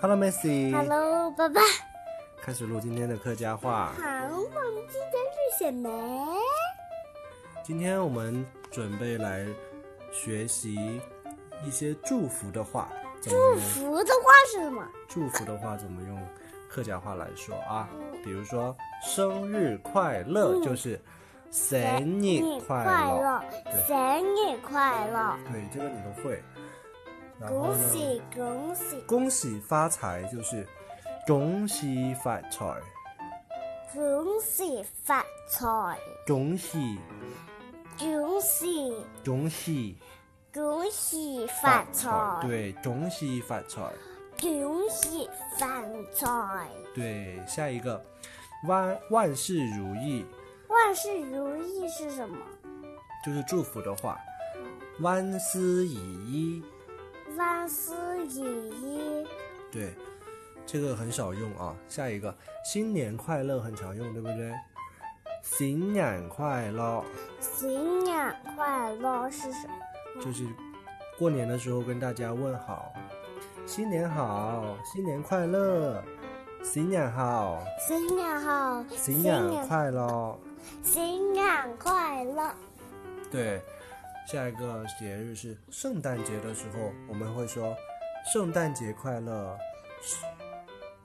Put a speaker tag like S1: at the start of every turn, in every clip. S1: Hello Messi，
S2: Hello，爸爸，
S1: 开始录今天的客家话。
S2: 好，我们今天是什么？
S1: 今天我们准备来学习一些祝福的话，怎么用
S2: 福的话是什么？
S1: 祝福的话怎么用客家话来说啊？比如说生日快
S2: 嗯
S1: 乐就是生日快乐，对
S2: 生日快乐，
S1: 对，这个你都会。然后
S2: 恭
S1: 呢，
S2: 喜恭喜，
S1: 恭喜发财就是恭喜发财，
S2: 恭喜发财，
S1: 恭喜
S2: 恭喜
S1: 恭喜
S2: 恭喜发财，
S1: 对，恭喜发财。
S2: 恭喜发财，
S1: 对，下一个，万万事如意，
S2: 万事如意是什么？
S1: 就是祝福的话。万事如意，
S2: 万事如意，
S1: 对，这个很少用啊。下一个，新年快乐很常用，对不对？新年快乐
S2: 新年快乐是什么？
S1: 就是过年的时候跟大家问好，新年好，新年快乐，新年好，
S2: 新年好，
S1: 新年快乐。
S2: 新年快乐，
S1: 对，下一个节日是圣诞节的时候，我们会说“圣诞节快乐”，“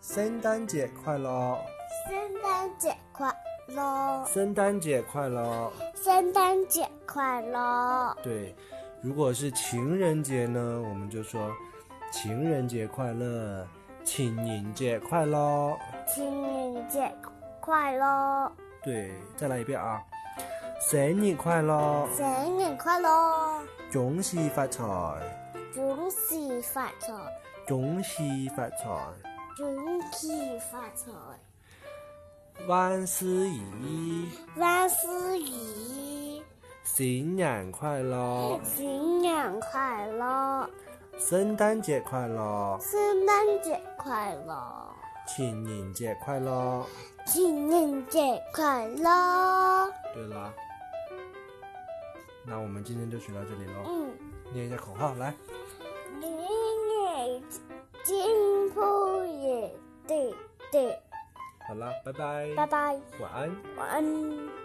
S1: 圣诞节快乐
S2: 圣诞节快”，“乐，
S1: 圣诞节快乐哦
S2: 圣诞节快乐”。，
S1: 对，如果是情人节呢，我们就说“情人节快乐”，“情人节快乐
S2: 情人节快乐，”。
S1: 对，再来一遍啊！生日快乐，
S2: 新年快乐，
S1: 恭喜发财，
S2: 恭喜发财，
S1: 恭喜发财，
S2: 恭喜发财，
S1: 万事如意。
S2: 万事如意，
S1: 新年快乐，
S2: 新年快乐，
S1: 圣诞节快乐，
S2: 圣诞节快乐，
S1: 情人节快乐。
S2: 情人节快乐。
S1: 对啦，那我们今天就学到这里喽。
S2: 嗯。
S1: 念一下口号，来，
S2: 明日金铺也对对，
S1: 好啦，拜拜，
S2: 拜拜，
S1: 晚安。
S2: 晚安。